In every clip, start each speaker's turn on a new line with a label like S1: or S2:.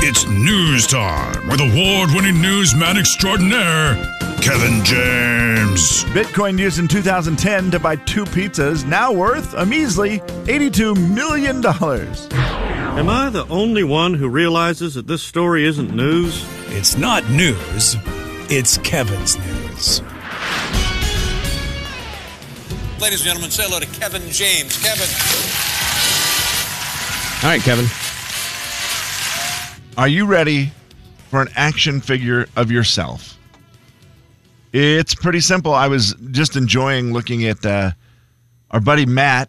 S1: It's news time with award winning newsman extraordinaire, Kevin James.
S2: Bitcoin used in 2010 to buy two pizzas, now worth a measly $82 million.
S3: Am I the only one who realizes that this story isn't news?
S4: It's not news, it's Kevin's news.
S5: Ladies and gentlemen, say hello to Kevin James. Kevin.
S6: All right, Kevin.
S7: Are you ready for an action figure of yourself? It's pretty simple. I was just enjoying looking at uh, our buddy Matt,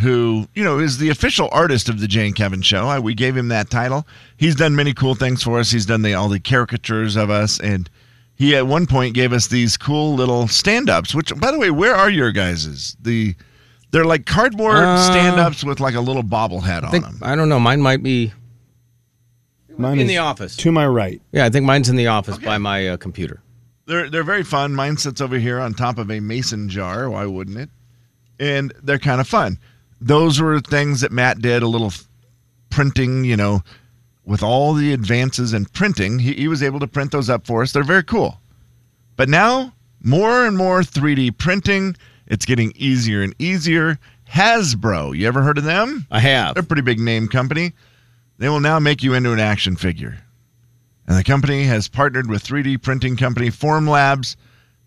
S7: who, you know, is the official artist of the Jane Kevin show. I, we gave him that title. He's done many cool things for us. He's done the, all the caricatures of us. And he, at one point, gave us these cool little stand ups, which, by the way, where are your guys's? The. They're like cardboard
S6: Uh,
S7: stand-ups with like a little bobblehead
S6: I
S7: on
S6: think
S7: them.
S6: I don't know. Mine might be
S8: Mine
S6: in
S8: is
S6: the office.
S8: To my right.
S6: Yeah, I think mine's in the office by my uh, computer.
S7: They're they're very fun. Mine sits over here on top of a mason jar. Why wouldn't it? And they're kind of fun. Those were things that Matt did. A little f- printing, you know, with all the advances in printing, he, he was able to print those up for us. They're very cool. But now more and more 3D printing. It's getting easier and easier. Hasbro, you ever heard of them?
S6: I have.
S7: They're a pretty big name company. They will now make you into an action figure. And the company has partnered with 3D printing company Form Labs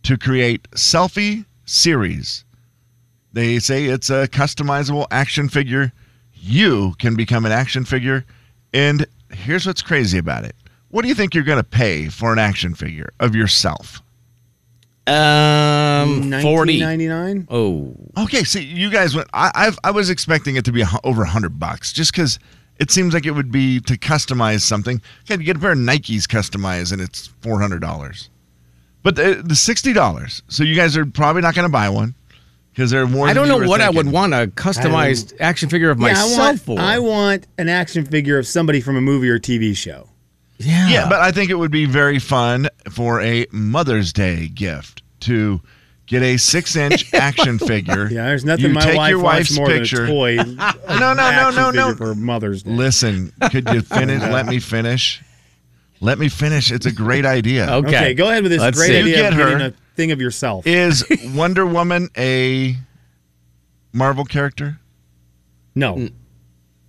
S7: to create Selfie Series. They say it's a customizable action figure. You can become an action figure. And here's what's crazy about it. What do you think you're going to pay for an action figure of yourself?
S6: Um, forty.
S8: 1999?
S6: Oh,
S7: Okay, see, you guys went. I I've, I was expecting it to be a, hu- over a hundred bucks, just because it seems like it would be to customize something. Okay, you get a pair of Nikes customized, and it's four hundred dollars. But the, the sixty dollars. So you guys are probably not going to buy one because they're more.
S6: I
S7: than
S6: don't
S7: you
S6: know
S7: were
S6: what I would
S7: thinking.
S6: want a customized action figure of myself
S8: I want,
S6: for.
S8: I want an action figure of somebody from a movie or TV show.
S6: yeah.
S7: Yeah, but I think it would be very fun for a Mother's Day gift to get a six-inch action figure.
S8: Yeah, there's nothing
S7: You
S8: my
S7: take
S8: wife
S7: your
S8: wants
S7: wife's
S8: more
S7: picture.
S8: than a toy.
S7: No, no, no, no, no.
S8: For Mother's Day.
S7: Listen, could you finish? Let me finish. Let me finish. It's a great idea.
S6: Okay.
S8: Okay. go ahead with this
S6: Let's
S8: great
S6: see.
S8: idea
S7: You
S8: of
S7: get her.
S8: getting a thing of yourself.
S7: Is Wonder Woman a Marvel character?
S8: no.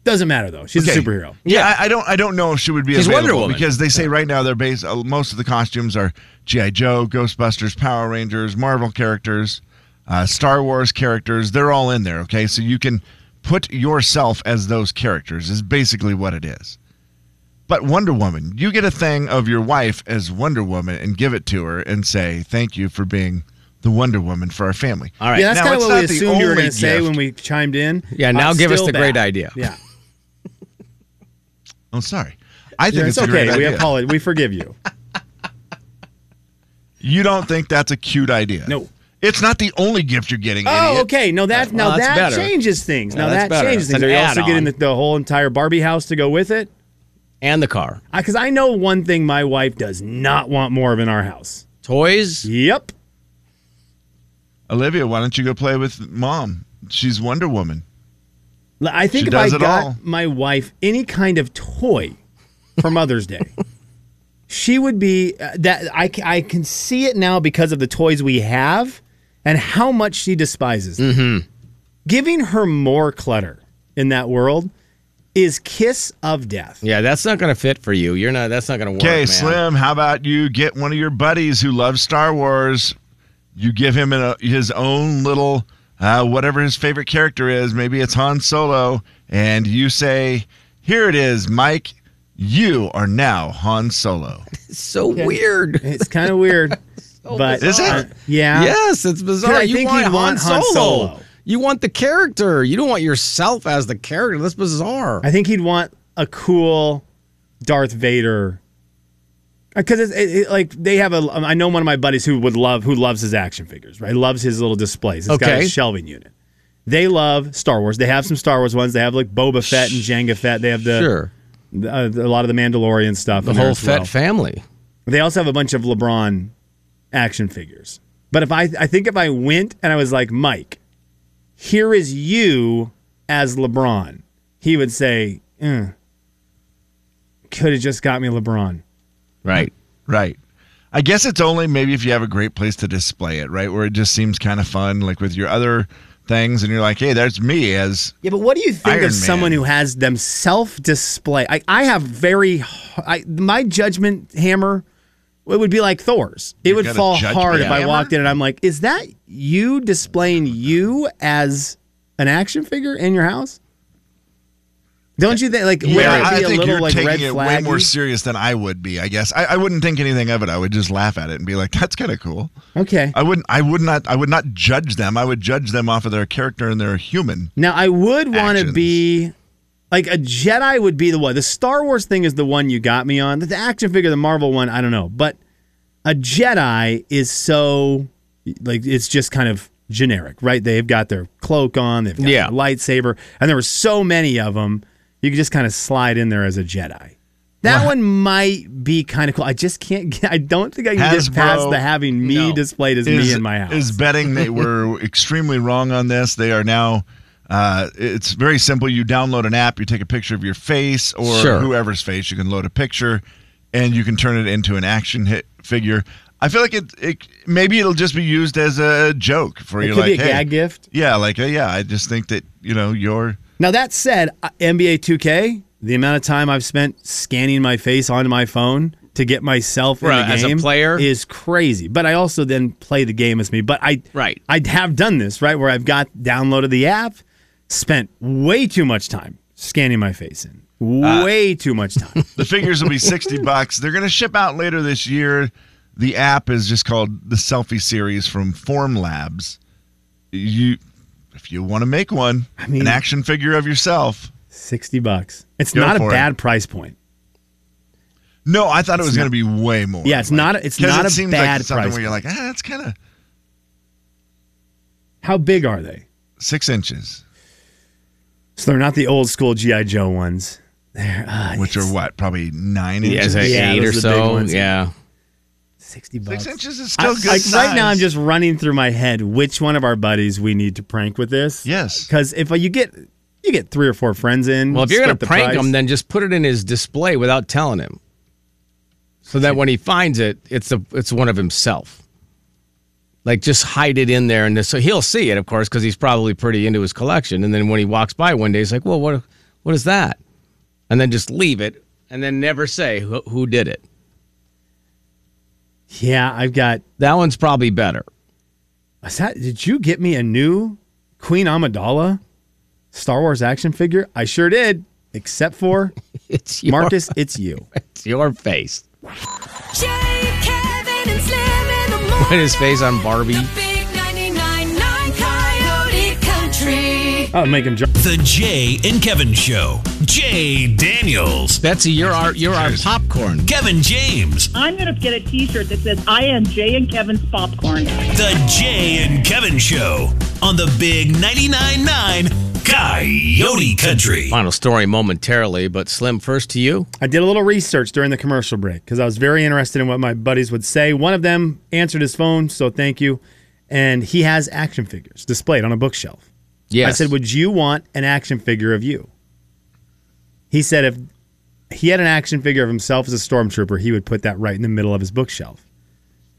S8: Doesn't matter though. She's
S7: Mm. Okay.
S8: a superhero.
S7: Yeah, I, I don't. I don't know if she would be
S6: She's
S7: available
S6: Wonder Woman.
S7: because they say right now they're based. Uh, most of the costumes are GI Joe, Ghostbusters, Power Rangers, Marvel characters, uh, Star Wars characters. They're all in there. Okay, so you can put yourself as those characters. Is basically what it is. But Wonder Woman, you get a thing of your wife as Wonder Woman and give it to her and say thank you for being the Wonder Woman for our family.
S6: All right.
S8: Yeah, that's
S7: Now,
S8: kind of
S7: it's
S8: what we
S7: not the
S8: assumed you were
S7: only
S8: going to say
S7: gift.
S8: when we chimed in.
S6: Yeah, now
S8: I'm
S6: give us
S8: still
S6: the great
S8: bad.
S6: idea.
S8: Yeah,
S7: Oh, sorry. I think
S8: Yeah,
S7: it's,
S8: it's
S7: a great
S8: okay. We
S7: idea.
S8: apologize. We forgive you.
S7: You don't think that's a cute idea?
S8: No.
S7: It's not the only gift you're getting.
S8: Oh,
S7: idiot.
S8: okay. No, that
S6: Well,
S8: now
S6: that's
S8: that
S6: better.
S8: changes things.
S6: Yeah,
S8: now
S6: that's
S8: that
S6: better.
S8: changes things.
S6: It's an
S8: Are you also
S6: add-on.
S8: getting the, the whole entire Barbie house to go with it?
S6: And the car,
S8: Because I know one thing my wife does not want more of in our house.
S6: toys.
S8: Yep.
S7: Olivia, why don't you go play with mom? She's Wonder Woman.
S8: L- I think
S7: She
S8: if
S7: does
S8: I
S7: it
S8: got
S7: all.
S8: my wife any kind of toy for Mother's Day, she would be uh, that. I, c- I can see it now because of the toys we have and how much she despises. them.
S6: Mm-hmm.
S8: Giving her more clutter in that world is kiss of death.
S6: Yeah, that's not going to fit for you. You're not. That's not going to work.
S7: Okay,
S6: man.
S7: Slim, how about you get one of your buddies who loves Star Wars? You give him an, uh, his own little, uh, whatever his favorite character is. Maybe it's Han Solo. And you say, Here it is, Mike. You are now Han Solo.
S6: It's so weird.
S8: It's kind of weird, but uh,
S7: Is it?
S8: yeah,
S6: Yes, it's bizarre.
S8: I
S6: You
S8: think
S6: want
S8: he'd
S6: Han,
S8: want Han
S6: Solo.
S8: Solo.
S6: You want the character. You don't want yourself as the character. That's bizarre.
S8: I think he'd want a cool Darth Vader because it's it, it, like they have a. um, I know one of my buddies who would love who loves his action figures. Right, loves his little displays. It's got
S6: Okay.
S8: a shelving unit. They love Star Wars. They have some Star Wars ones. They have like Boba Fett and Jango Fett. They have the,
S6: sure,
S8: the- uh, the- a lot of the Mandalorian stuff.
S6: the
S8: in there
S6: whole
S8: as
S6: Fett
S8: well.
S6: family.
S8: They also have a bunch of LeBron action figures. But if I, I think if I went and I was like, Mike, here is you as LeBron, he would say, "Eh, could have just got me LeBron.
S7: Right. Right. I guess it's only maybe if you have a great place to display it, right? Where it just seems kind of fun, like with your other things, and you're like, hey, there's me as
S8: Yeah, but what do you think
S7: Iron
S8: of someone
S7: Man.
S8: who has them self display? I, I have very, h- I, my judgment hammer, it would be like Thor's. It would
S7: got a
S8: fall
S7: judgment
S8: hard if I
S7: hammer?
S8: walked in and I'm like, is that you displaying you as an action figure in your house? Don't you think, like,
S7: Yeah,
S8: would it
S7: I
S8: be a
S7: think
S8: little
S7: you're
S8: like red
S7: taking it way
S8: flag?
S7: more serious than I would be. I guess I, I wouldn't think anything of it. I would just laugh at it and be like, "That's kind of cool."
S8: Okay.
S7: I wouldn't. I would not. I would not judge them. I would judge them off of their character and their human.
S8: Now I would want to
S7: Actions.
S8: be like a Jedi would be the one. The Star Wars thing is the one you got me on. The action figure, the Marvel one, I don't know. But a Jedi is so like it's just kind of generic, right? They've got their cloak on, they've got
S6: Yeah.
S8: their lightsaber, and there were so many of them. You could just kind of slide in there as a Jedi. That one might be kind of cool. I just can't. Get, I don't think I can get
S7: Hasbro
S8: past the having me displayed as me in my house.
S7: is betting they were extremely wrong on this. They are now. Uh, it's very simple. You download an app. You take a picture of your face or
S6: Sure.
S7: whoever's face. You can load a picture, and you can turn it into an action hit figure. I feel like it. it maybe it'll just be used as a joke for
S8: it
S7: you.
S8: could
S7: like,
S8: be a
S7: hey,
S8: gag gift.
S7: Yeah, like uh, yeah. I just think that you know you're.
S8: Now that said, uh, NBA 2K, the amount of time I've spent scanning my face onto my phone to get myself
S6: Right,
S8: in the
S6: as a
S8: game
S6: player?
S8: is crazy. But I also then play the game as me. But I
S6: Right.
S8: I have done this right where I've got downloaded the app, spent way too much time scanning my face in.
S6: Uh,
S8: Way too much time.
S7: The figures will be 60 bucks. They're going to ship out later this year. The app is just called the Selfie Series from Form Labs. You if you want to make one,
S8: mean-
S7: an action figure of yourself.
S8: 60 bucks. It's
S7: Go
S8: not a
S7: for it.
S8: bad price point.
S7: No, I thought it was going to be way more.
S8: Yeah, it's not a- it's
S7: 'cause
S8: not
S7: it
S8: a
S7: seems
S8: bad
S7: like something
S8: price
S7: where you're like, "Ah, that's kind of
S8: How big are they?
S7: 6 inches."
S8: So they're not the old school GI Joe ones. They're uh,
S7: Which are what? Probably 9 inches.
S8: like Yeah, eight
S6: eight
S8: those or
S6: or
S8: are the big so,
S6: so.
S8: ones.
S6: Yeah.
S8: 60 bucks.
S7: 6 inches is
S8: I-
S7: still good.
S8: like right
S7: size.
S8: now, I'm just running through my head which one of our buddies we need to prank with this.
S7: Yes.
S8: because if uh, you get you get three or four friends in,
S6: Well, if you're
S8: split
S6: going to
S8: the
S6: prank
S8: price.
S6: him, then just put it in his display without telling him. So that when he finds it, it's a it's one of himself. Like just hide it in there, and just- so he'll see it, of course, because he's probably pretty into his collection. And then when he walks by one day, he's like, "Well, what what is that?" And then just leave it, and then never say who, who did it.
S8: yeah, I've got.
S6: That one's probably better.
S8: Is that, did you get me a new Queen Amidala Star Wars action figure? I sure did. Except for
S6: It's your,
S8: Marcus, it's you.
S6: It's your face.
S9: Jay, Kevin, and Slim in the morning.
S6: Put his face on Barbie.
S9: The big 99.9 Coyote Country.
S8: I'll Oh, make him jump.
S4: The Jay and Kevin Show. Jay Daniels.
S6: Betsy, you're our you're our popcorn.
S4: Kevin James.
S10: I'm going to get a T-shirt that says "I am Jay and Kevin's popcorn."
S4: The Jay and Kevin Show on the Big 99.9 9 Coyote Country.
S6: Final story momentarily, but Slim, first to you.
S8: I did a little research during the commercial break because I was very interested in what my buddies would say. One of them answered his phone, so thank you. And he has action figures displayed on a bookshelf.
S6: Yes.
S8: I said, Would you want an action figure of you? He said, If he had an action figure of himself as a stormtrooper, he would put that right in the middle of his bookshelf.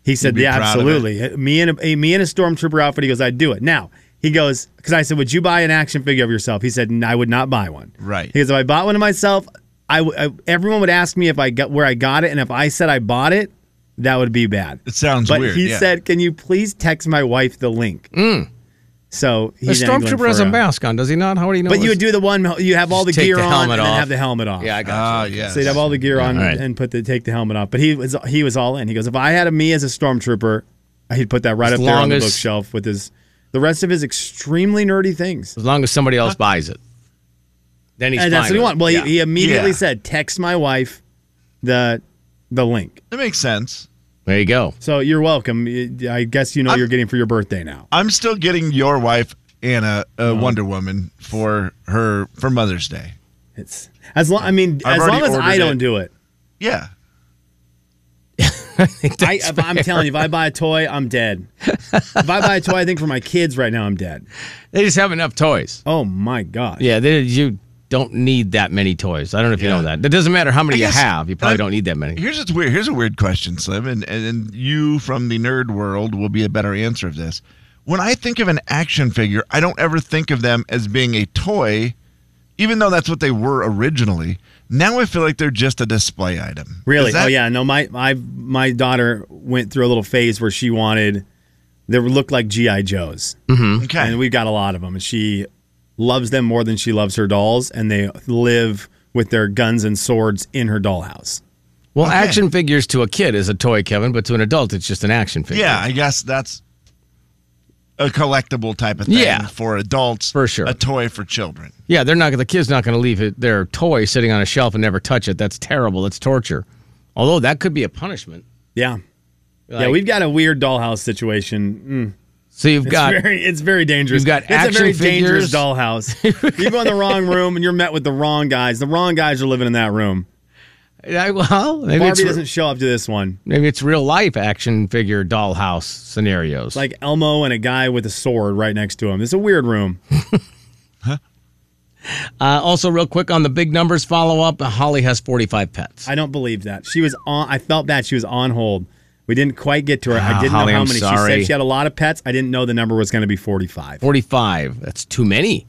S8: He said,
S7: be
S8: Yeah,
S7: proud of
S8: absolutely. Uh, Me in a, a- me in a stormtrooper outfit, he goes, I'd do it. Now, he goes, Because I said, Would you buy an action figure of yourself? He said, "N- I would not buy one.
S7: Right.
S8: He goes, If I bought one of myself, I, w- I- everyone would ask me if I got where I got it. And if I said I bought it, that would be bad.
S7: It sounds
S8: But
S7: weird.
S8: he
S7: yeah.
S8: said, "Can you please text my wife the link?" So
S6: The
S8: he's angling
S6: stormtrooper has
S8: for
S6: a
S8: a-
S6: mask on, does he not? How would he know?
S8: But you would
S6: it's-
S8: do the one you have all the
S6: Just take
S8: gear
S6: the
S8: on
S6: helmet
S8: and then
S6: off.
S8: have the helmet off.
S6: Yeah, I got
S7: "Ah,
S6: you.
S7: yes.
S8: So you'd have all the gear on
S6: all right.
S8: and put the take the helmet off. But he was he was all in. He goes, if I had a me as a stormtrooper, he'd put that right
S6: As
S8: up there on
S6: long
S8: the
S6: as-
S8: bookshelf with his the rest of his extremely nerdy things.
S6: As long as somebody else buys it, then he's.
S8: and Uh, that's
S6: fine
S8: what he
S6: with
S8: want.
S6: it.
S8: Well,
S6: Yeah.
S8: he, he immediately
S7: Yeah.
S8: said, text my wife the the link.
S7: That makes sense.
S6: there you go.
S8: So you're welcome. I guess you know
S7: I'm-
S8: you're getting for your birthday now.
S7: I'm still getting your wife Anna a Wonder Woman for her for Mother's Day.
S8: It's as long. I mean,
S7: I've
S8: as
S7: already
S8: long as I
S7: ordered
S8: don't
S7: it.
S8: do it.
S7: Yeah.
S8: I, if I'm telling you, if I buy a toy, I'm dead. if I buy a toy, I think for my kids right now, I'm dead.
S6: They just have enough toys.
S8: Oh my god!
S6: Yeah, they, you don't need that many toys. I don't know if you
S7: Yeah.
S6: know that. That doesn't matter how many
S7: I
S6: you
S7: guess-
S6: have. You
S7: I-
S6: probably don't need that many.
S7: Here's what's weird. Here's a weird question, Slim, and, and and you from the nerd world will be a better answer of this. When I think of an action figure, I don't ever think of them as being a toy, even though that's what they were originally. Now I feel like they're just a display item.
S8: Really?
S7: Is that-
S8: oh yeah. No, my my my daughter went through a little phase where she wanted they looked like GI Joes,
S7: Okay.
S8: and we've got a lot of them. And she loves them more than she loves her dolls, and they live with their guns and swords in her dollhouse.
S6: Well,
S7: Okay.
S6: action figures to a kid is a toy, Kevin, but to an adult, it's just an action figure.
S7: yeah, I guess that's a collectible type of thing
S6: Yeah.
S7: for adults.
S6: For sure.
S7: A toy for children.
S6: Yeah, they're not. The kid's not going to leave it, their toy sitting on a shelf and never touch it. That's terrible. That's torture. Although that could be a punishment.
S8: Yeah. yeah,
S6: Like,
S8: we've got a weird dollhouse situation. Mm.
S6: So you've
S8: It's
S6: got
S8: very, it's very dangerous.
S6: You've got
S8: it's
S6: action
S8: a very
S6: figures.
S8: dangerous dollhouse. you go in the wrong room and you're met with the wrong guys. The wrong guys are living in that room.
S6: Yeah, well, maybe
S8: Barbie
S6: it's
S8: doesn't show up to this one.
S6: maybe it's real life action figure dollhouse scenarios.
S8: like Elmo and a guy with a sword right next to him. It's a weird room.
S6: uh, also, real quick on the big numbers follow up. Holly has forty five pets.
S8: I don't believe that. She was on I felt bad she was on hold. We didn't quite get to her.
S6: Ah,
S8: I didn't
S6: Holly,
S8: know how
S6: I'm
S8: many. She
S6: sorry.
S8: said she had a lot of pets. I didn't know the number was going to be 45.
S6: Forty five. That's too many.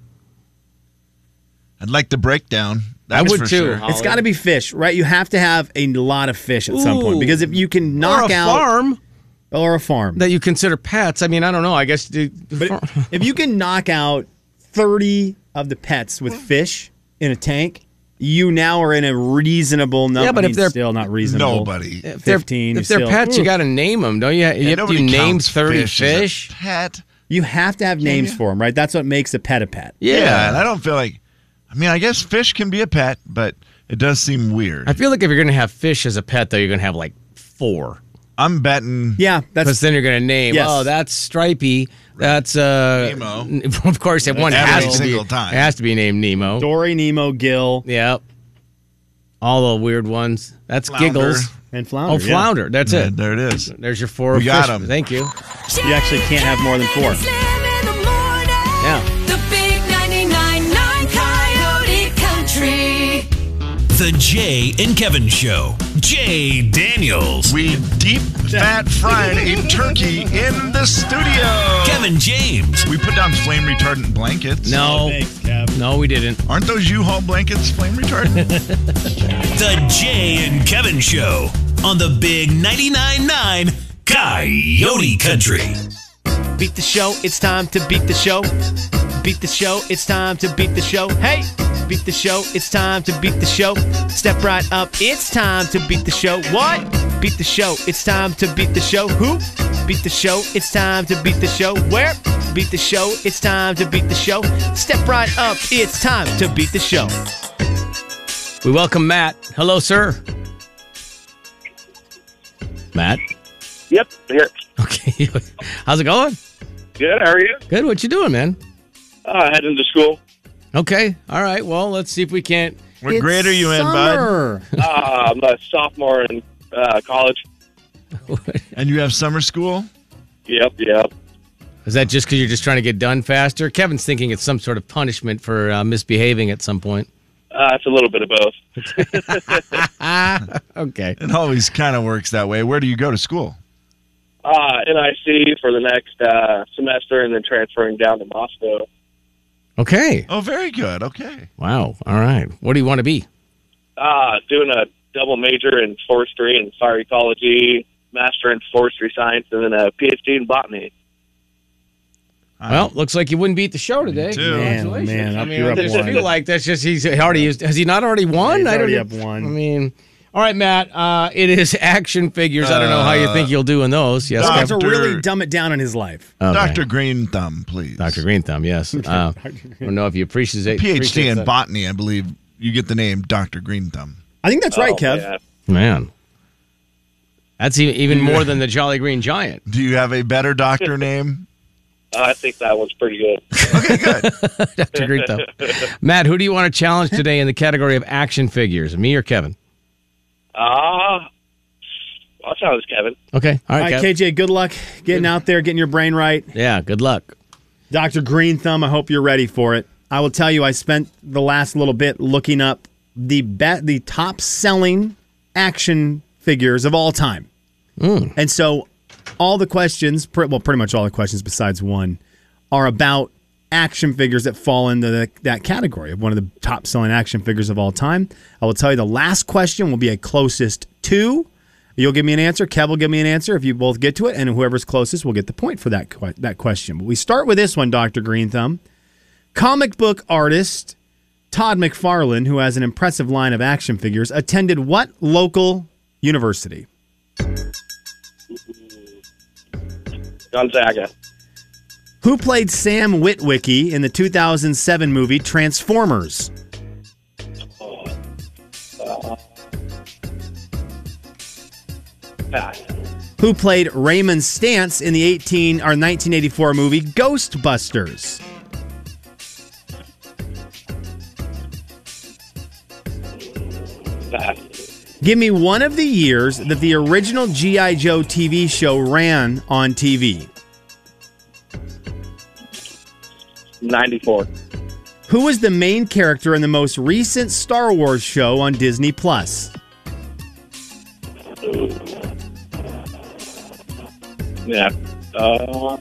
S7: I'd like the breakdown. That's
S6: I would
S7: for
S6: too.
S7: sure.
S8: It's got to be fish, right? You have to have a lot of fish at some
S6: Ooh.
S8: point because if you can
S6: Or
S8: knock
S6: a
S8: out
S6: farm
S8: or a farm.
S6: that you consider pets. I mean, I don't know. I guess. Dude,
S8: but if you can knock out 30 of the pets with fish in a tank, you now are in a reasonable number.
S6: Yeah, but if they're-
S8: still not reasonable.
S7: Nobody.
S6: if they're,
S8: 15,
S6: if
S8: you
S6: they're
S8: still-
S6: pets, you got to name them, don't you? You, have to
S7: nobody
S6: name
S7: counts
S6: thirty
S7: fish as a
S6: fish.
S7: Pet.
S8: You have to have names for them, right? That's what makes a pet a pet.
S7: Yeah. and I don't feel like. I mean, I guess fish can be a pet, but it does seem weird.
S6: I feel like if you're going to have fish as a pet, though, you're going to have like four.
S7: I'm betting.
S8: Yeah,
S6: Because
S8: that's
S6: then you're going to name,
S8: Yes.
S6: oh, that's Stripey. That's, uh,
S7: Nemo.
S6: n- Of course, that one
S7: Every
S6: has to, be,
S7: single time.
S6: it has to be named Nemo.
S8: Dory, Nemo, Gill,
S6: Yep. All the weird ones. That's
S7: Flounder.
S6: Giggles.
S8: and
S6: Oh,
S8: Flounder. yeah.
S6: Flounder. That's
S7: Yeah,
S6: it.
S7: there it is.
S6: There's your four.
S7: We got
S6: fish.
S7: 'em.
S6: Thank you.
S8: You actually can't have more than four.
S6: Yeah.
S9: The big 99.9 Coyote Country.
S4: The Jay and Kevin Show. Jay Daniels.
S7: We deep fat fried a turkey in the studio.
S4: Kevin James.
S7: We put down flame retardant blankets.
S6: No. No, we didn't.
S7: Aren't those U-Haul blankets flame retardant?
S4: The Jay and Kevin Show on the Big 99.9 9 Coyote Country.
S11: Beat the show, it's time to beat the show. Beat the show, it's time to beat the show. Hey! Beat the show, it's time to beat the show. Step right up, it's time to beat the show. What? Beat the show, it's time to beat the show. Who? Beat the show, it's time to beat the show. Where? Beat the show, it's time to beat the show. Step right up, it's time to beat the show.
S6: We welcome Matt. Hello, sir. Matt.
S12: Yep. Here.
S6: Okay. How's it going?
S12: Good. How are you?
S6: Good. What you doing, man?
S12: Uh, heading to school.
S6: Okay. All right. Well, let's see if we can't.
S7: What grade are you in, bud?
S12: Uh, I'm a sophomore in uh, college.
S7: And you have summer school?
S12: Yep. Yep.
S6: Is that just because you're just trying to get done faster? Kevin's thinking it's some sort of punishment for uh, misbehaving at some point.
S12: Uh, it's a little bit of both.
S6: Okay.
S7: It always kind of works that way. Where do you go to school?
S12: Uh, NIC for the next uh, semester, and then transferring down to Moscow.
S6: Okay.
S7: Oh, very good. Okay.
S6: Wow. All right. What do you want to be?
S12: Uh, doing a double major in forestry and fire ecology, master in forestry science, and then a PhD in botany.
S6: Well, looks like you wouldn't beat the show today.
S7: too.
S8: Man,
S6: Congratulations.
S8: man,
S6: I
S8: up-
S6: mean,
S8: you're
S6: I
S8: up
S6: just
S8: one.
S6: feel like that's just he's already used. Has he not already won?
S8: He's
S6: I don't
S8: already
S6: know.
S8: up one.
S6: I mean, all right, Matt. Uh, it is action figures. I don't know how you think you'll do in those. Yes,
S7: Doc-
S8: Have
S6: Kevin.
S8: to
S7: Doctor-
S8: really dumb it down in his life.
S6: Okay.
S7: Dr. Green Thumb, please.
S6: Dr. Green Thumb, yes. Uh, I don't know if you appreciate
S7: PhD
S6: appreciate
S7: in
S6: that.
S7: botany, I believe. You get the name Dr. Green Thumb.
S8: I think that's right,
S12: Oh,
S8: Kev.
S12: man.
S6: Man, that's e- even more than the Jolly Green Giant.
S7: Do you have a better doctor name?
S12: I think that one's pretty good.
S6: Dr. Green Thumb. Matt, who do you want to challenge today in the category of action figures? Me or Kevin?
S12: Ah, I'll challenge Kevin.
S6: Okay. All
S8: All
S6: right,
S8: right,
S6: Kev.
S8: KJ, good luck getting out there, getting your brain right.
S6: Yeah, good luck.
S8: Dr. Green Thumb, I hope you're ready for it. I will tell you, I spent the last little bit looking up the be- the top selling action figures of all time, and so all the questions, pre- well, pretty much all the questions besides one, are about action figures that fall into the, that category of one of the top selling action figures of all time. I will tell you, the last question will be a closest to. You'll give me an answer. Kev will give me an answer if you both get to it, and whoever's closest will get the point for that que- that question. But we start with this one, Doctor Green Thumb comic book artist Todd McFarlane, who has an impressive line of action figures, attended what local university?
S12: Gonzaga.
S8: Who played Sam Witwicky in the 2007 movie Transformers?
S12: Uh, pass.
S8: Who played Raymond Stance in the 18 or 1984 movie Ghostbusters?
S12: Pass.
S8: Give me one of the years that the original G.I. Joe TV show ran on TV.
S12: 94.
S8: Who was the main character in the most recent Star Wars show on Disney Plus?
S12: Yeah. Uh,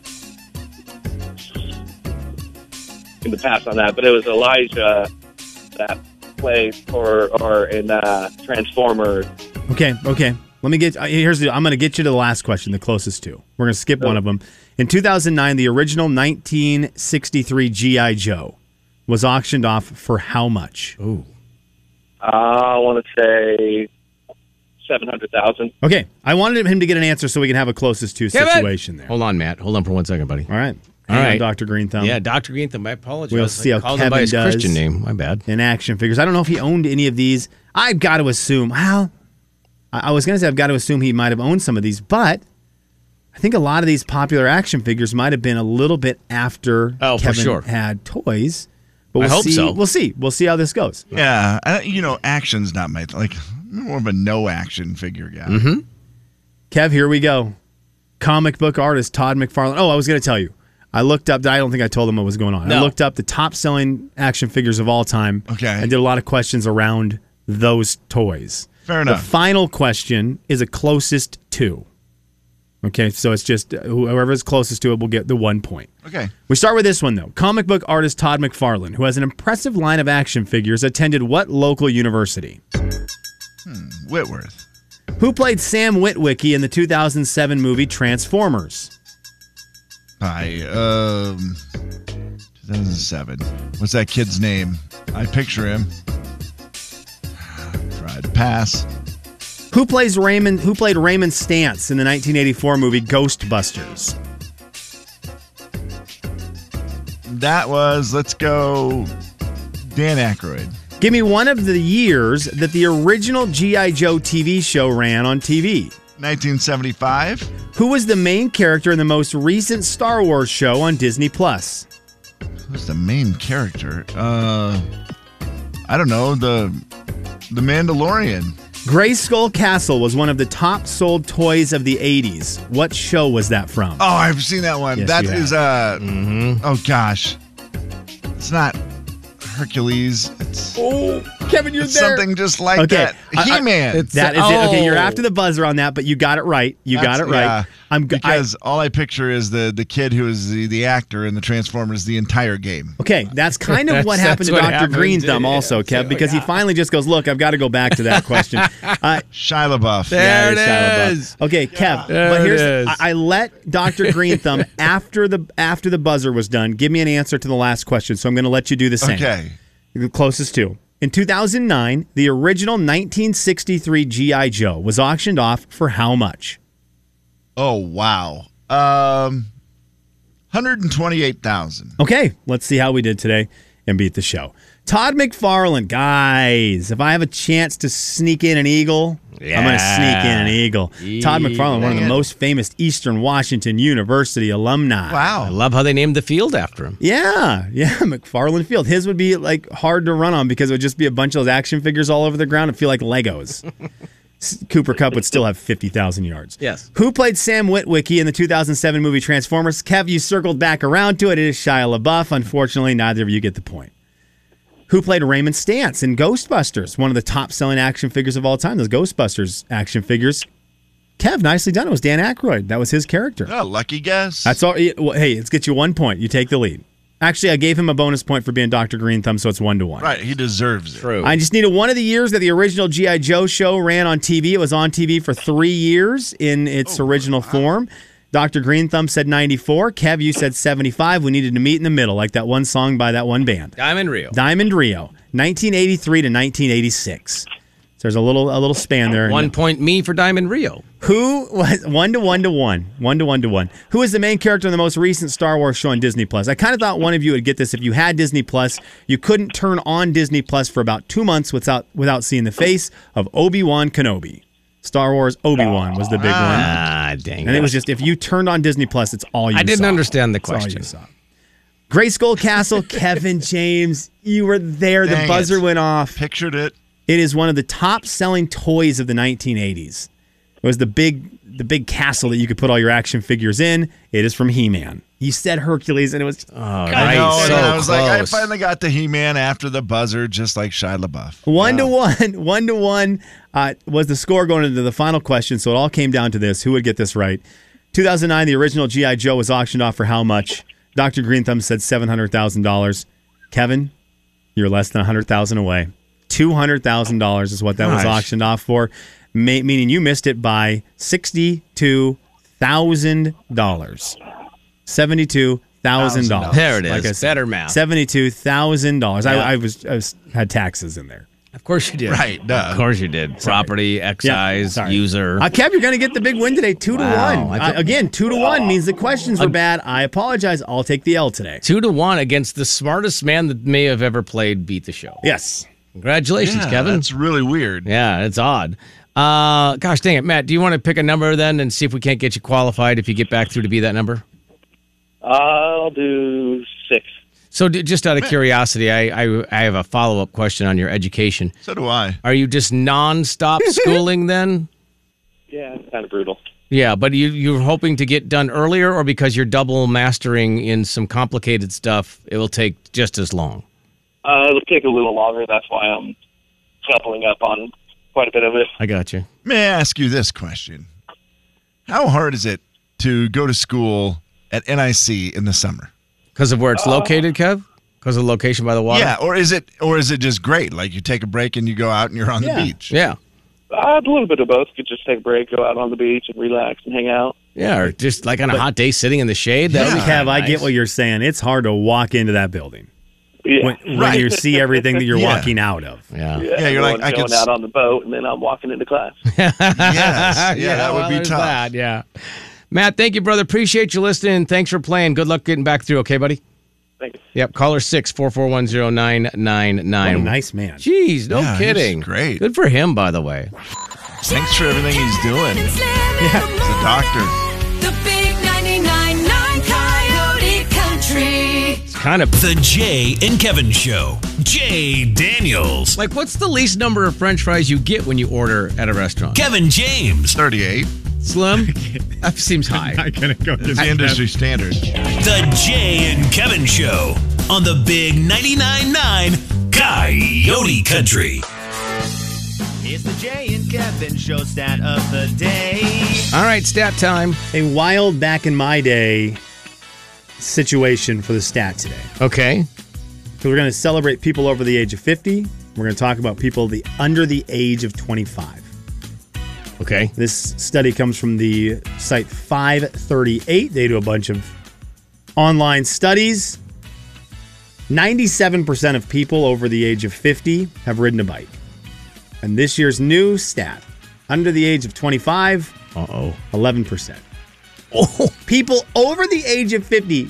S12: in the past on that, but it was Elijah that played for or in uh, Transformers.
S8: Okay, okay. Let me get uh, here's the I'm going to get you to the last question, the closest to. We're going to skip
S6: Oh.
S8: one of them. In 2009, the original 1963 GI Joe was auctioned off for how much? Ooh.
S12: I want to say seven hundred thousand.
S8: Okay, I wanted him to get an answer so we can have a closest to
S6: Damn it.
S8: situation there.
S6: Hold on, Matt. Hold on for one second, buddy.
S8: All right.
S6: All
S8: Hang on,
S6: right.
S8: Dr. Green Thumb.
S6: Yeah, Dr. Greentham. I apologize.
S8: We'll see
S6: I
S8: how
S6: called
S8: Kevin
S6: him by his
S8: does.
S6: Christian name. My bad.
S8: in action figures. I don't know if he owned any of these. I've got to assume. Well, I, I was going to say I've got to assume he might have owned some of these, but I think a lot of these popular action figures might have been a little bit after
S6: Oh, for
S8: Kevin
S6: sure.
S8: had toys.
S6: I
S8: But we'll
S6: hope
S8: see.
S6: so.
S8: We'll see. We'll see how this goes.
S7: Yeah, I, you know, action's not my like. I'm more of a no action figure guy.
S6: Mm-hmm.
S8: Kev, here we go. Comic book artist Todd McFarlane. Oh, I was going to tell you. I looked up. I don't think I told them what was going on. I
S6: No.
S8: looked up the top selling action figures of all time.
S7: Okay.
S8: I did a lot of questions around those toys.
S7: Fair
S8: The
S7: enough.
S8: final question is a closest to. Okay, so it's just uh, whoever is closest to it will get the one point.
S7: Okay.
S8: We start with this one though. Comic book artist Todd McFarlane, who has an impressive line of action figures, attended what local university?
S7: Whitworth.
S8: Who played Sam Witwicky in the 2007 movie Transformers?
S7: I um 2007. What's that kid's name? I picture him. Tried pass.
S8: Who plays Raymond? Who played Raymond Stance in the 1984 movie Ghostbusters?
S7: That was let's go Dan Aykroyd.
S8: Give me one of the years that the original GI Joe TV show ran on TV.
S7: 1975.
S8: Who was the main character in the most recent Star Wars show on Disney Plus?
S7: Who's the main character? Uh I don't know, the the Mandalorian.
S8: Grayskull Castle was one of the top sold toys of the 80s. What show was that from?
S7: Oh, I've seen that one.
S8: Yes,
S7: that
S8: you have. Mm-hmm.
S7: is uh oh gosh. It's not Hercules. It's
S8: Oh, Kevin, you're
S7: It's something just like
S8: Okay.
S7: that. He Man.
S8: That is it. Okay, you're
S6: Oh.
S8: after the buzzer on that, but you got it right. You got it
S7: That's-
S8: right.
S7: yeah.
S8: I'm g- I-
S7: because all I picture is the the kid who is the, the actor in the Transformers the entire game.
S8: Okay, that's kind of what
S6: That's- that's
S8: happened to
S6: what
S8: Dr.
S6: happened.
S8: Green Thumb
S6: Yeah,
S8: also,
S6: so,
S8: Kev, because
S6: yeah.
S8: he finally just goes, "Look, I've got to go back to that question." uh,
S7: Shia LaBeouf.
S6: There
S8: yeah,
S6: it
S8: Shia
S6: is.
S8: LaBeouf. Okay, Kev,
S6: There
S8: but
S6: it
S8: here's
S6: is.
S8: I, I let Dr. Green Thumb after the after the buzzer was done, give me an answer to the last question. So I'm going to let you do the same.
S7: Okay.
S8: The closest to. In 2009, the original 1963 GI Joe was auctioned off for how much?
S7: Oh wow. Um, hundred and twenty-eight thousand.
S8: Okay, let's see how we did today and beat the show. Todd McFarlane, guys, if I have a chance to sneak in an eagle, I'm going to sneak in an eagle. Todd McFarlane, one of the
S7: man.
S8: most famous Eastern Washington University alumni.
S6: I
S7: Wow.
S6: love how they named the field after him.
S8: Yeah, yeah, McFarlane Field. His would be like hard to run on because it would just be a bunch of those action figures all over the ground and feel like Legos. S- Cooper Cup would still have 50,000 yards.
S6: Yes.
S8: Who played Sam Witwicky in the 2007 movie Transformers? Kev, you circled back around to it. It is Shia LaBeouf. Unfortunately, neither of you get the point. who played Raymond Stantz in Ghostbusters, one of the top selling action figures of all time, those Ghostbusters action figures. Kev, nicely done. It was Dan Aykroyd. That was his character.
S7: Oh, lucky guess.
S8: That's all. yeah, Well, hey, let's get you one point. You take the lead. Actually, I gave him a bonus point for being Dr. Green Thumb, so it's one to one.
S7: Right, he deserves it. True.
S8: I just needed one of the years that the original G.I. Joe show ran on TV. It was on TV for three years in its original form. Dr. Green Thumb said 94. Kev, you said 75. We needed to meet in the middle, like that one song by that one band.
S6: Diamond Rio.
S8: Diamond Rio, 1983 to 1986. So there's a little a little span there.
S6: One point me for Diamond Rio.
S8: Who was one to one to one, one to one to one? Who is the main character in the most recent Star Wars show on Disney Plus? I kind of thought one of you would get this if you had Disney Plus. You couldn't turn on Disney Plus for about two months without without seeing the face of Obi Wan Kenobi. Star Wars Obi Wan was the big
S6: Ah,
S8: one.
S6: dang
S8: And
S6: it.
S8: it was just if you turned on Disney Plus, it's all you.
S6: I didn't
S8: saw.
S6: understand the
S8: It's all you
S6: question.
S8: saw. Grace Goldcastle, Kevin James, you were there. The
S7: Dang
S8: buzzer
S7: it.
S8: went off.
S7: Pictured it.
S8: It is one of the top selling toys of the 1980s. It was the big the big castle that you could put all your action figures in. It is from He-Man. You said Hercules and it was
S7: I know, and
S8: so
S7: I was like, I
S8: close.
S7: finally got the He-Man after the buzzer, just like Shia LaBeouf.
S8: One to one, one to one uh, was the score going into the final question. So it all came down to this: who would get this right? 2009, the original GI Joe was auctioned off for how much? Dr. Green Thumb said seven hundred thousand dollars. Kevin, you're less than a hundred thousand away. Two hundred thousand dollars is what that was
S6: Gosh.
S8: auctioned off for, ma- meaning you missed it by sixty-two thousand dollars. Seventy-two thousand dollars.
S6: There it is. Better math.
S8: Seventy-two thousand dollars.
S6: Yeah.
S8: I, I was, I was had taxes in there.
S6: Of course you did.
S8: Right, duh.
S6: Of course you did. Property, excise, user.
S8: Uh, Kev, you're going to get the big win today, two
S6: Wow,
S8: to one.
S6: I
S8: Uh,
S6: thought-
S8: again, two to one means the questions
S11: Um,
S8: were bad. I apologize. I'll take the L today.
S6: Two to one against the smartest man that may have ever played beat the show.
S8: Yes.
S6: Congratulations,
S7: Yeah,
S6: Kevin.
S7: That's really weird.
S6: Yeah, it's odd. Uh, gosh dang it, Matt. Do you want to pick a number then and see if we can't get you qualified if you get back through to be that number?
S12: Uh, I'll do six.
S6: So, d- just out of curiosity, I I, I have a follow up question on your education.
S7: So do I.
S6: Are you just nonstop schooling then?
S12: Yeah, it's kind of brutal.
S6: Yeah, but you you're hoping to get done earlier, or because you're double mastering in some complicated stuff, it will take just as long.
S12: Uh, it'll take a little longer. That's why I'm doubling up on quite a bit of it.
S6: I got you.
S7: May I ask you this question? How hard is it to go to school at NIC in the summer?
S6: Because of where
S12: Uh,
S6: it's located, Kev. Because of the location by the water.
S7: Yeah, or is it or is it just great? Like you take a break and you go out and you're on the
S12: Yeah.
S7: beach.
S6: Yeah.
S12: Uh, a little bit of both. Could just take a break, go out on the beach, and relax and hang out.
S6: Yeah, or just like on a hot day sitting in the shade. That
S8: But
S6: would be
S8: Kev,
S6: kinda
S8: I get
S6: nice.
S8: what you're saying. It's hard to walk into that building
S12: Yeah,
S8: when, when you see everything that you're
S12: Yeah.
S8: walking out of.
S6: Yeah.
S12: Yeah,
S7: you're
S12: everyone's
S7: like, I could
S12: going
S7: s-
S12: out on the boat, and then I'm walking into class.
S7: Yes. Yeah,
S6: Yeah,
S7: that
S6: well,
S7: would be
S6: there's
S7: tough.
S6: that, yeah. Matt, thank you, brother. Appreciate you listening. Thanks for playing. Good luck getting back through. Okay, buddy.
S12: Thank you.
S6: Yep. Caller six four four one zero nine nine
S8: What a
S6: nine.
S8: nice man.
S6: Jeez, no
S7: Yeah, he's
S6: kidding.
S7: great.
S6: Good for him, by the way.
S7: Thanks for everything he's doing.
S9: Yeah.
S7: He's a doctor.
S9: The big 99.9 Coyote Country.
S6: It's kind of
S4: The Jay and Kevin Show. Jay Daniels.
S6: like what's the least number of French fries you get when you order at a restaurant?
S4: Kevin James.
S7: 38.
S6: Slim. that seems high.
S8: Not gonna go
S7: It's the industry standard.
S4: The Jay and Kevin Show on the Big 99.9 9 Coyote Country.
S11: It's the Jay and Kevin show stat of the day.
S6: All right, stat time.
S8: A wild back in my day situation for the stat today.
S6: Okay.
S8: So we're going to celebrate people over the age of 50. We're going to talk about people the under the age of 25.
S6: Okay.
S8: This study comes from the site 538. They do a bunch of online studies. 97% of people over the age of 50 have ridden a bike. And this year's new stat under the age of 25,
S6: Uh oh.
S8: 11%. Oh, people over the age of 50,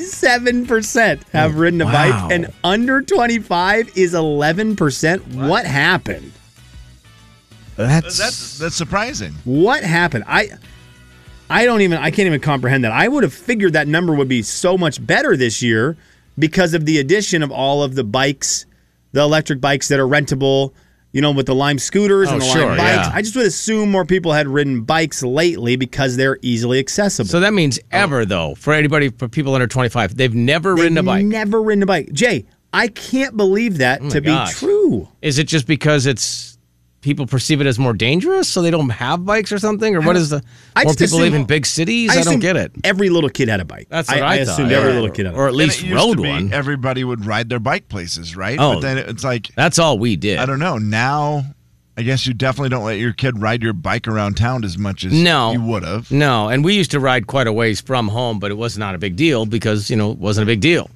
S8: 97% have ridden a
S6: wow.
S8: bike, and under 25 is 11%. What happened?
S6: That's
S7: That's that's surprising.
S8: What happened? I I don't even I can't even comprehend that. I would have figured that number would be so much better this year because of the addition of all of the bikes, the electric bikes that are rentable, you know, with the Lime scooters and
S6: Oh,
S8: the
S6: sure,
S8: Lime bikes.
S6: yeah.
S8: I just would assume more people had ridden bikes lately because they're easily accessible.
S6: so that means ever though for anybody for people under twenty five they've never ridden a bike. Oh
S8: Never ridden a bike. Jay, I can't believe that
S6: my
S8: to be
S6: gosh.
S8: true.
S6: Is it just because it's people perceive it as more dangerous, so they don't have bikes or something, or what is the
S8: I
S6: more
S8: just
S6: people live
S8: assume-
S6: in big cities? I, don't
S8: assumed
S6: get it.
S8: Every little kid had a bike.
S6: That's what I, thought,
S8: assumed
S6: yeah.
S8: every little kid had a
S6: or at
S8: bike.
S6: least
S7: used
S6: rode
S7: to be
S6: one.
S7: Everybody would ride their bike places, right?
S6: Oh.
S7: but then it's like
S6: That's all we did.
S7: I don't know. Now, I guess you definitely don't let your kid ride your bike around town as much as
S6: No.
S7: you would have.
S6: No, and we used to ride quite a ways from home, but it was not a big deal because you know it wasn't a big deal.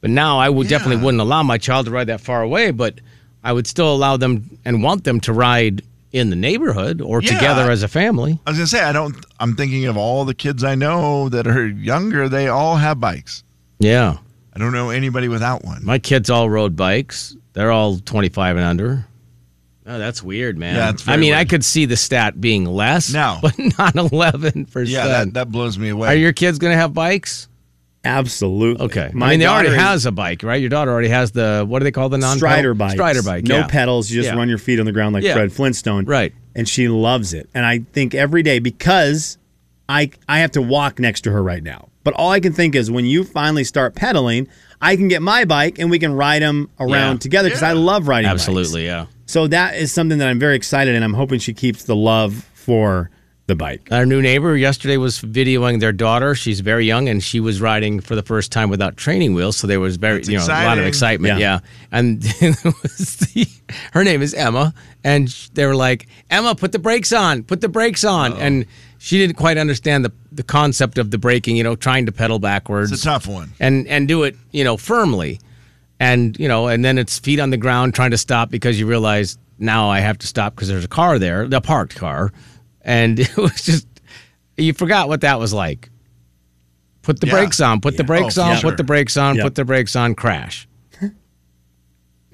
S6: But now I would definitely wouldn't allow my child to ride that far away, but I would still allow them and want them to ride in the neighborhood or
S7: Yeah.
S6: together as a family.
S7: I was gonna say I don't. I'm thinking of all the kids I know that are younger. They all have bikes.
S6: Yeah,
S7: I don't know anybody without one.
S6: my kids all rode bikes. They're all twenty-five and under. Oh, that's weird, man.
S7: Yeah, it's
S6: I
S7: very
S6: mean, I
S7: weird.
S6: could see the stat being less,
S7: No.
S6: but not eleven percent.
S7: Yeah, that, that blows me away.
S6: Are your kids going to have bikes?
S8: Absolutely.
S6: Okay.
S8: My
S6: I mean, they already
S8: daughter is-
S6: has a bike, right? Your daughter already has the what do they call the non
S8: Strider bike.
S6: Strider bike.
S8: No
S6: yeah.
S8: pedals. You just
S6: Yeah.
S8: run your feet on the ground like
S6: Yeah.
S8: Fred Flintstone.
S6: Right.
S8: And she loves it. And I think every day because I I have to walk next to her right now. But all I can think is when you finally start pedaling, I can get my bike and we can ride them around
S6: Yeah.
S8: together because I love riding. bikes.
S6: Absolutely, yeah.
S8: So that is something that I'm very excited and I'm hoping she keeps the love for the bike.
S6: Our new neighbor yesterday was videoing their daughter. She's very young, and she was riding for the first time without training wheels. So there was very, you know, a lot of
S7: exciting.
S6: excitement.
S8: Yeah.
S6: Yeah, and it was the, her name is Emma, and sh- they were like, "Emma, put the brakes on, put the brakes on," and she didn't quite understand the the concept of the braking. You know, trying to pedal backwards.
S7: it's a tough one.
S6: and and do it you know firmly and you know and then it's feet on the ground trying to stop because you realize now i have to stop because there's a car there the parked car and it was just you forgot what that was like put the
S7: Yeah.
S6: brakes on put the brakes
S7: Oh, for
S6: on
S7: sure.
S6: put the brakes on
S8: Yeah.
S6: put the brakes on crash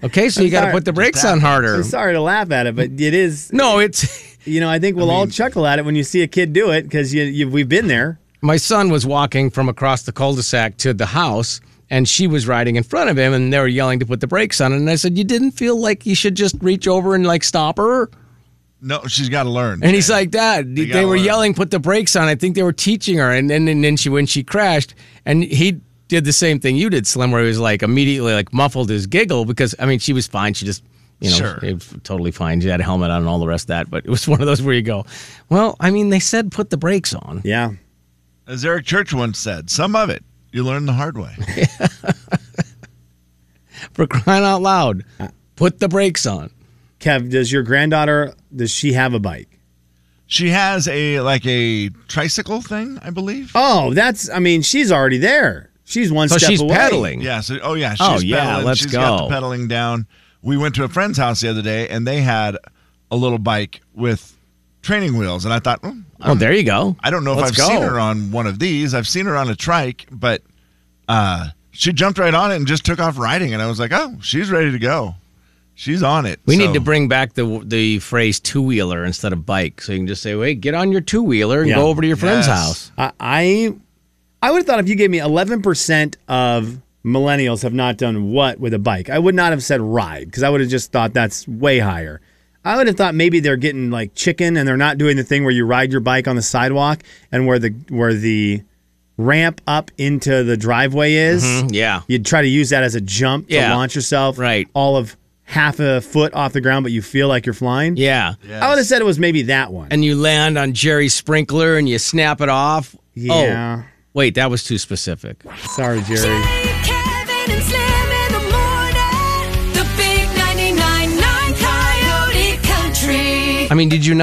S6: okay so
S8: I'm
S6: you got to
S8: sorry.
S6: put the brakes on harder
S8: I'm sorry to laugh at it, but it is
S6: no it's
S8: You know, I think we'll all chuckle at it when you see a kid do it because you, you, we've been there.
S6: my son was walking from across the cul-de-sac to the house and she was riding in front of him and they were yelling to put the brakes on and i said you didn't feel like you should just reach over and like stop her
S7: No, she's got to learn.
S6: and he's like dad they,
S7: gotta
S6: were
S7: learn.
S6: yelling put the brakes on i think they were teaching her and then and then she when she crashed and he did the same thing you did slim where he was like immediately like muffled his giggle because i mean she was fine she just you know
S7: Sure.
S6: it was totally fine she had a helmet on and all the rest of that but it was one of those where you go well i mean they said put the brakes on
S8: Yeah.
S7: as Eric Church once said, some of it you learn the hard way.
S6: for crying out loud put the brakes on
S8: Kev, does your granddaughter, does she have a bike?
S7: she has a like a tricycle thing, I believe.
S8: Oh, that's, I mean, she's already there. She's one
S6: So
S8: step
S6: she's
S8: away.
S6: pedaling.
S7: Yeah. So, oh yeah. She's
S6: Oh, yeah,
S7: Pedaling.
S6: let's
S7: She's got
S6: go.
S7: the pedaling down. We went to a friend's house the other day, and they had a little bike with training wheels, and I thought, "Hmm,
S6: Oh, there you go.
S7: I don't know if
S6: Let's
S7: I've
S6: go.
S7: seen her on one of these. I've seen her on a trike, but uh, she jumped right on it and just took off riding, and I was like, oh, she's ready to go. She's on it.
S6: We
S7: So-
S6: need to bring back the the phrase two wheeler instead of bike, so you can just say, "Wait, get on your two wheeler and
S8: Yeah.
S6: go over to your friend's
S7: Yes.
S6: house."
S8: I, I, I would have thought if you gave me 11% of millennials have not done what with a bike, I would not have said ride because I would have just thought that's way higher. I would have thought maybe they're getting like chicken and they're not doing the thing where you ride your bike on the sidewalk and where the where the ramp up into the driveway is.
S6: Mm-hmm. Yeah,
S8: You'd try to use that as a jump to
S6: Yeah.
S8: launch yourself.
S6: Right.
S8: All of half a foot off the ground, but you feel like you're flying.
S6: yeah.
S8: I would have said it was maybe that one.
S6: And you land on Jerry's sprinkler and you snap it off.
S8: Yeah.
S6: Oh, wait, that was too specific.
S8: Sorry, Jerry.
S9: Jay, Kevin, and Slim in the morning. The big 99.9 Coyote Country.
S6: I mean, did you not?